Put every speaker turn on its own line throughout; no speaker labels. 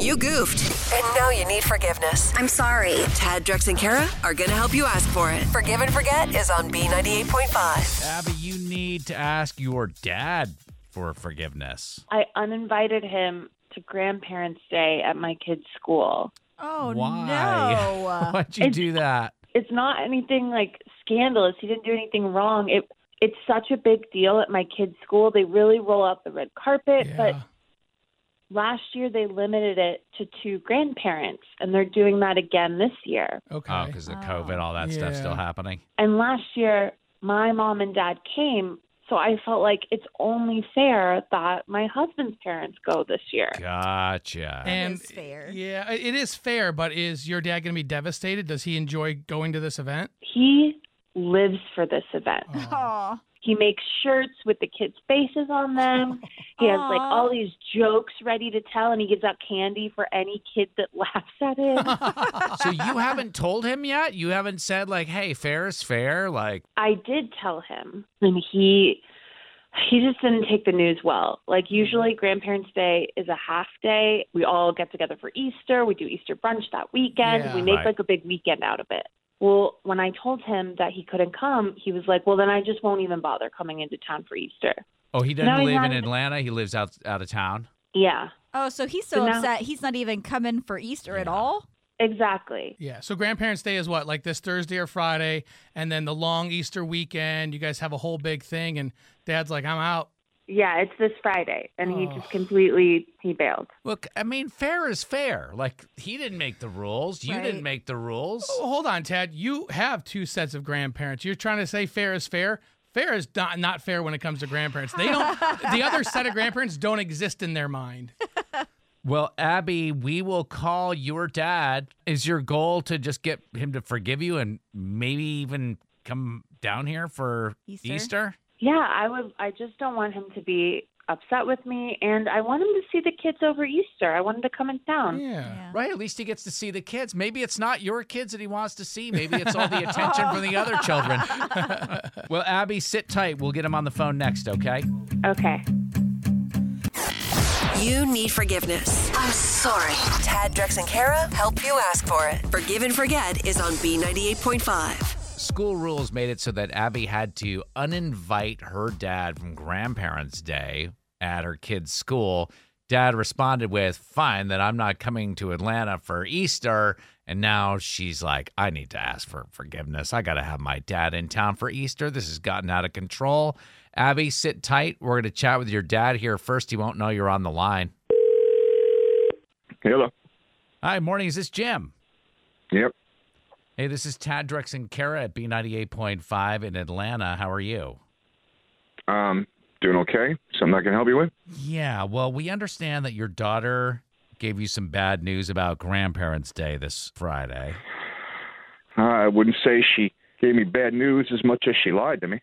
You goofed.
And now you need forgiveness.
I'm sorry. Tad, Drex, and Kara are going to help you ask for it.
Forgive and Forget is on B98.5.
Abby, you need to ask your dad for forgiveness.
I uninvited him to grandparents' day at my kid's school.
Oh
Why?
no.
Why'd you
It's-
do that?
It's not anything like scandalous. He didn't do anything wrong. It it's such a big deal at my kid's school. They really roll out the red carpet, but last year they limited it to two grandparents and they're doing that again this year.
Okay.
Oh, because the COVID, all that stuff's still
Yeah.
happening.
And last year, my mom and dad came, so I felt like it's only fair that my husband's parents go this year.
Gotcha.
and
is fair.
Yeah, i- it is fair, but is your dad going to be devastated? Does he enjoy going to this event?
He lives for this event.
Aw.
He makes shirts with the kids' faces on them. He has like
Aw.
all these jokes ready to tell, and he gives out candy for any kid that laughs at it.
so you haven't told him yet? You haven't said like, "Hey, fair is fair." Like,
I did tell him, and he he just didn't take the news well. Like usually grandparents day is a half day. We all get together for Easter. We do Easter brunch that weekend.
Yeah.
we make
Right.
like a big weekend out of it. Well, when I told him that he couldn't come, he was like, "Well, then I just won't even bother coming into town for Easter."
oh, he doesn't
No, he
live in
hasn't.
Atlanta. He lives out out of town.
Yeah,
Oh, so he's so
So now-
upset he's not even coming for Easter at all?
exactly.
Yeah. So grandparents' day is what, like this Thursday or Friday, and then the long Easter weekend. You guys have a whole big thing, and dad's like, "I'm out."
Yeah, it's this Friday, and he
Oh.
just completely he bailed.
Look, I mean, fair is fair. Like, he didn't make the rules. You didn't
Right.
make the rules.
Oh, hold on, Tad. You have two sets of grandparents. You're trying to say fair is fair. Fair is not, not fair when it comes to grandparents. They don't. the other set of grandparents don't exist in their mind.
Well, Abby, we will call your dad. Is your goal to just get him to forgive you and maybe even come down here for
Easter?
Easter?
Yeah, I would. I just don't want him to be upset with me, and I want him to see the kids over Easter. I want him to come in town.
Yeah.
Right, at least he gets to see the kids. Maybe it's not your kids that he wants to see. Maybe it's all the attention from the other children. well, Abby, sit tight. We'll get him on the phone next, okay?
Okay.
You need forgiveness.
I'm sorry. Tad, Drex, and Kara help you ask for it.
Forgive and Forget is on B98.5.
School rules made it so that Abby had to uninvite her dad from Grandparents' Day at her kid's school. Dad responded with, Fine, then I'm not coming to Atlanta for Easter. And now she's like, I need to ask for forgiveness. I got to have my dad in town for Easter. This has gotten out of control. Abby, sit tight. We're going to chat with your dad here first. He won't know you're on the line.
Hello.
Hi, morning. Is this Jim?
Yep.
Hey, this is Tad Drex and Kara at B98.5 in Atlanta. How are you?
Um, doing okay. Something I can help you with?
Yeah, well, we understand that your daughter gave you some bad news about Grandparents' Day this Friday.
Uh, I wouldn't say she gave me bad news as much as she lied to me.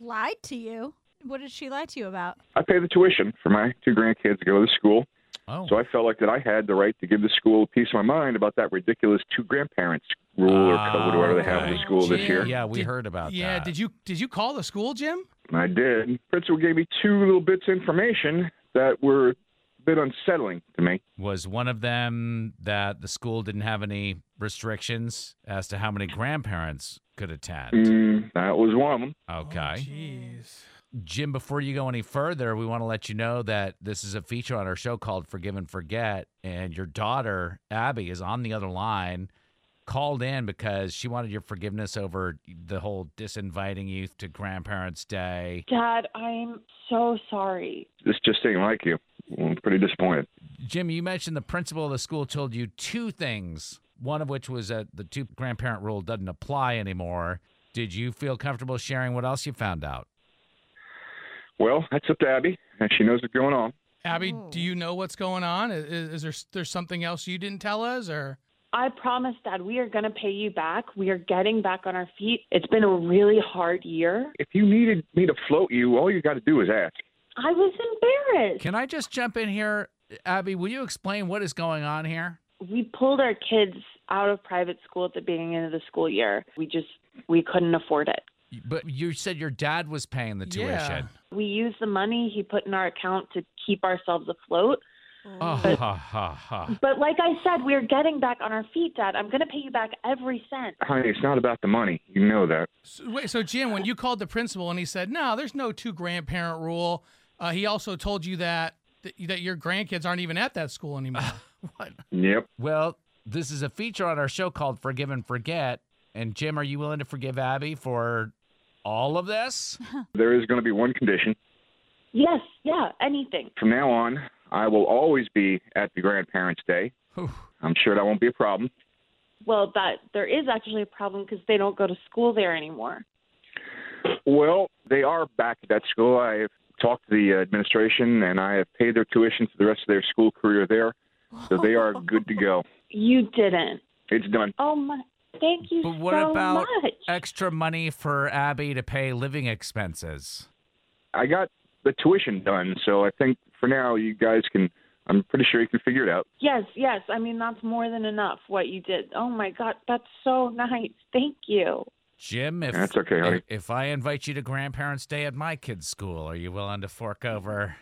Lied to you. What did she lie to you about?
I pay the tuition for my two grandkids to go to school,
Oh,
so I felt like that I had the right to give the school a piece of my mind about that ridiculous two grandparents rule or code or whatever they have in the
Okay.
school this
Ah, Gee.
year.
yeah, we
Did-
heard about
Yeah.
that.
Did you did you call the school, Jim?
And I did. Principal gave me two little bits of information that were a bit unsettling to me.
Was one of them that the school didn't have any restrictions as to how many grandparents could attend?
Mm, that was one of them.
Okay.
Oh, Jeez.
Jim, before you go any further, we want to let you know that this is a feature on our show called Forgive and Forget. And your daughter, Abby, is on the other line, called in because she wanted your forgiveness over the whole disinviting you to Grandparents' Day.
Dad, I'm so sorry.
This just ain't like you. I'm pretty disappointed.
Jim, you mentioned the principal of the school told you two things, one of which was that the two grandparent rule doesn't apply anymore. Did you feel comfortable sharing what else you found out?
Well, that's up to Abby, and she knows what's going on.
Abby, do you know what's going on? Is, is there there's something else you didn't tell us, or
I promise, Dad, we are going to pay you back. We are getting back on our feet. It's been a really hard year.
if you needed me to float you, all you got to do is ask.
I was embarrassed.
Can I just jump in here? Abby, will you explain what is going on here?
we pulled our kids out of private school at the beginning of the school year. We just we couldn't afford it.
But you said your dad was paying the tuition.
Yeah.
We used the money he put in our account to keep ourselves afloat,
Oh, ha, ha, ha.
But like I said, we're getting back on our feet, Dad. I'm going to pay you back every cent.
Honey, it's not about the money. You know that.
So, wait, so Jim, when you called the principal and he said, "No, there's no two grandparent rule," uh, he also told you that that your grandkids aren't even at that school anymore.
Yep.
Well, this is a feature on our show called Forgive and Forget. And Jim, are you willing to forgive Abby for all of this?
There is going to be one condition.
Yes, yeah, anything.
From now on, I will always be at the grandparents' day.
Whew.
I'm sure that won't be a problem.
Well, that there is actually a problem because they don't go to school there anymore.
Well, they are back at that school. I have talked to the administration and I have paid their tuition for the rest of their school career there. So they are good to go.
You didn't.
It's done.
Oh my! Thank you
But what
so
about
much.
extra money for Abby to pay living expenses?
I got the tuition done, so I think for now you guys can. I'm pretty sure you can figure it out.
Yes, yes. I mean, that's more than enough what you did. Oh my God, that's so nice. Thank you.
Jim, if
That's okay, honey.
if, if I invite you to grandparents' day at my kids' school, are you willing to fork over?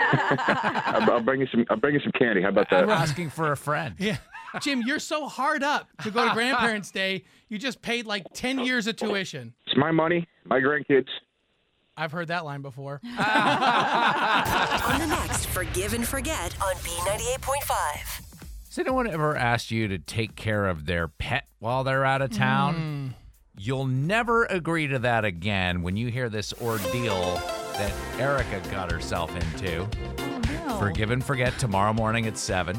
I'll, I'll bring you some. I'll bring you some candy. How about that?
I'm asking for a friend.
Yeah. Jim, you're so hard up to go to grandparents' day. You just paid like 10 years of tuition.
It's my money, my grandkids.
I've heard that line before.
On the next Forgive and Forget
on B98.5.
Has anyone ever asked you to take care of their pet while they're out of town? You'll never agree to that again when you hear this ordeal that Erica got herself into.
Oh, no.
Forgive and forget tomorrow morning at 7.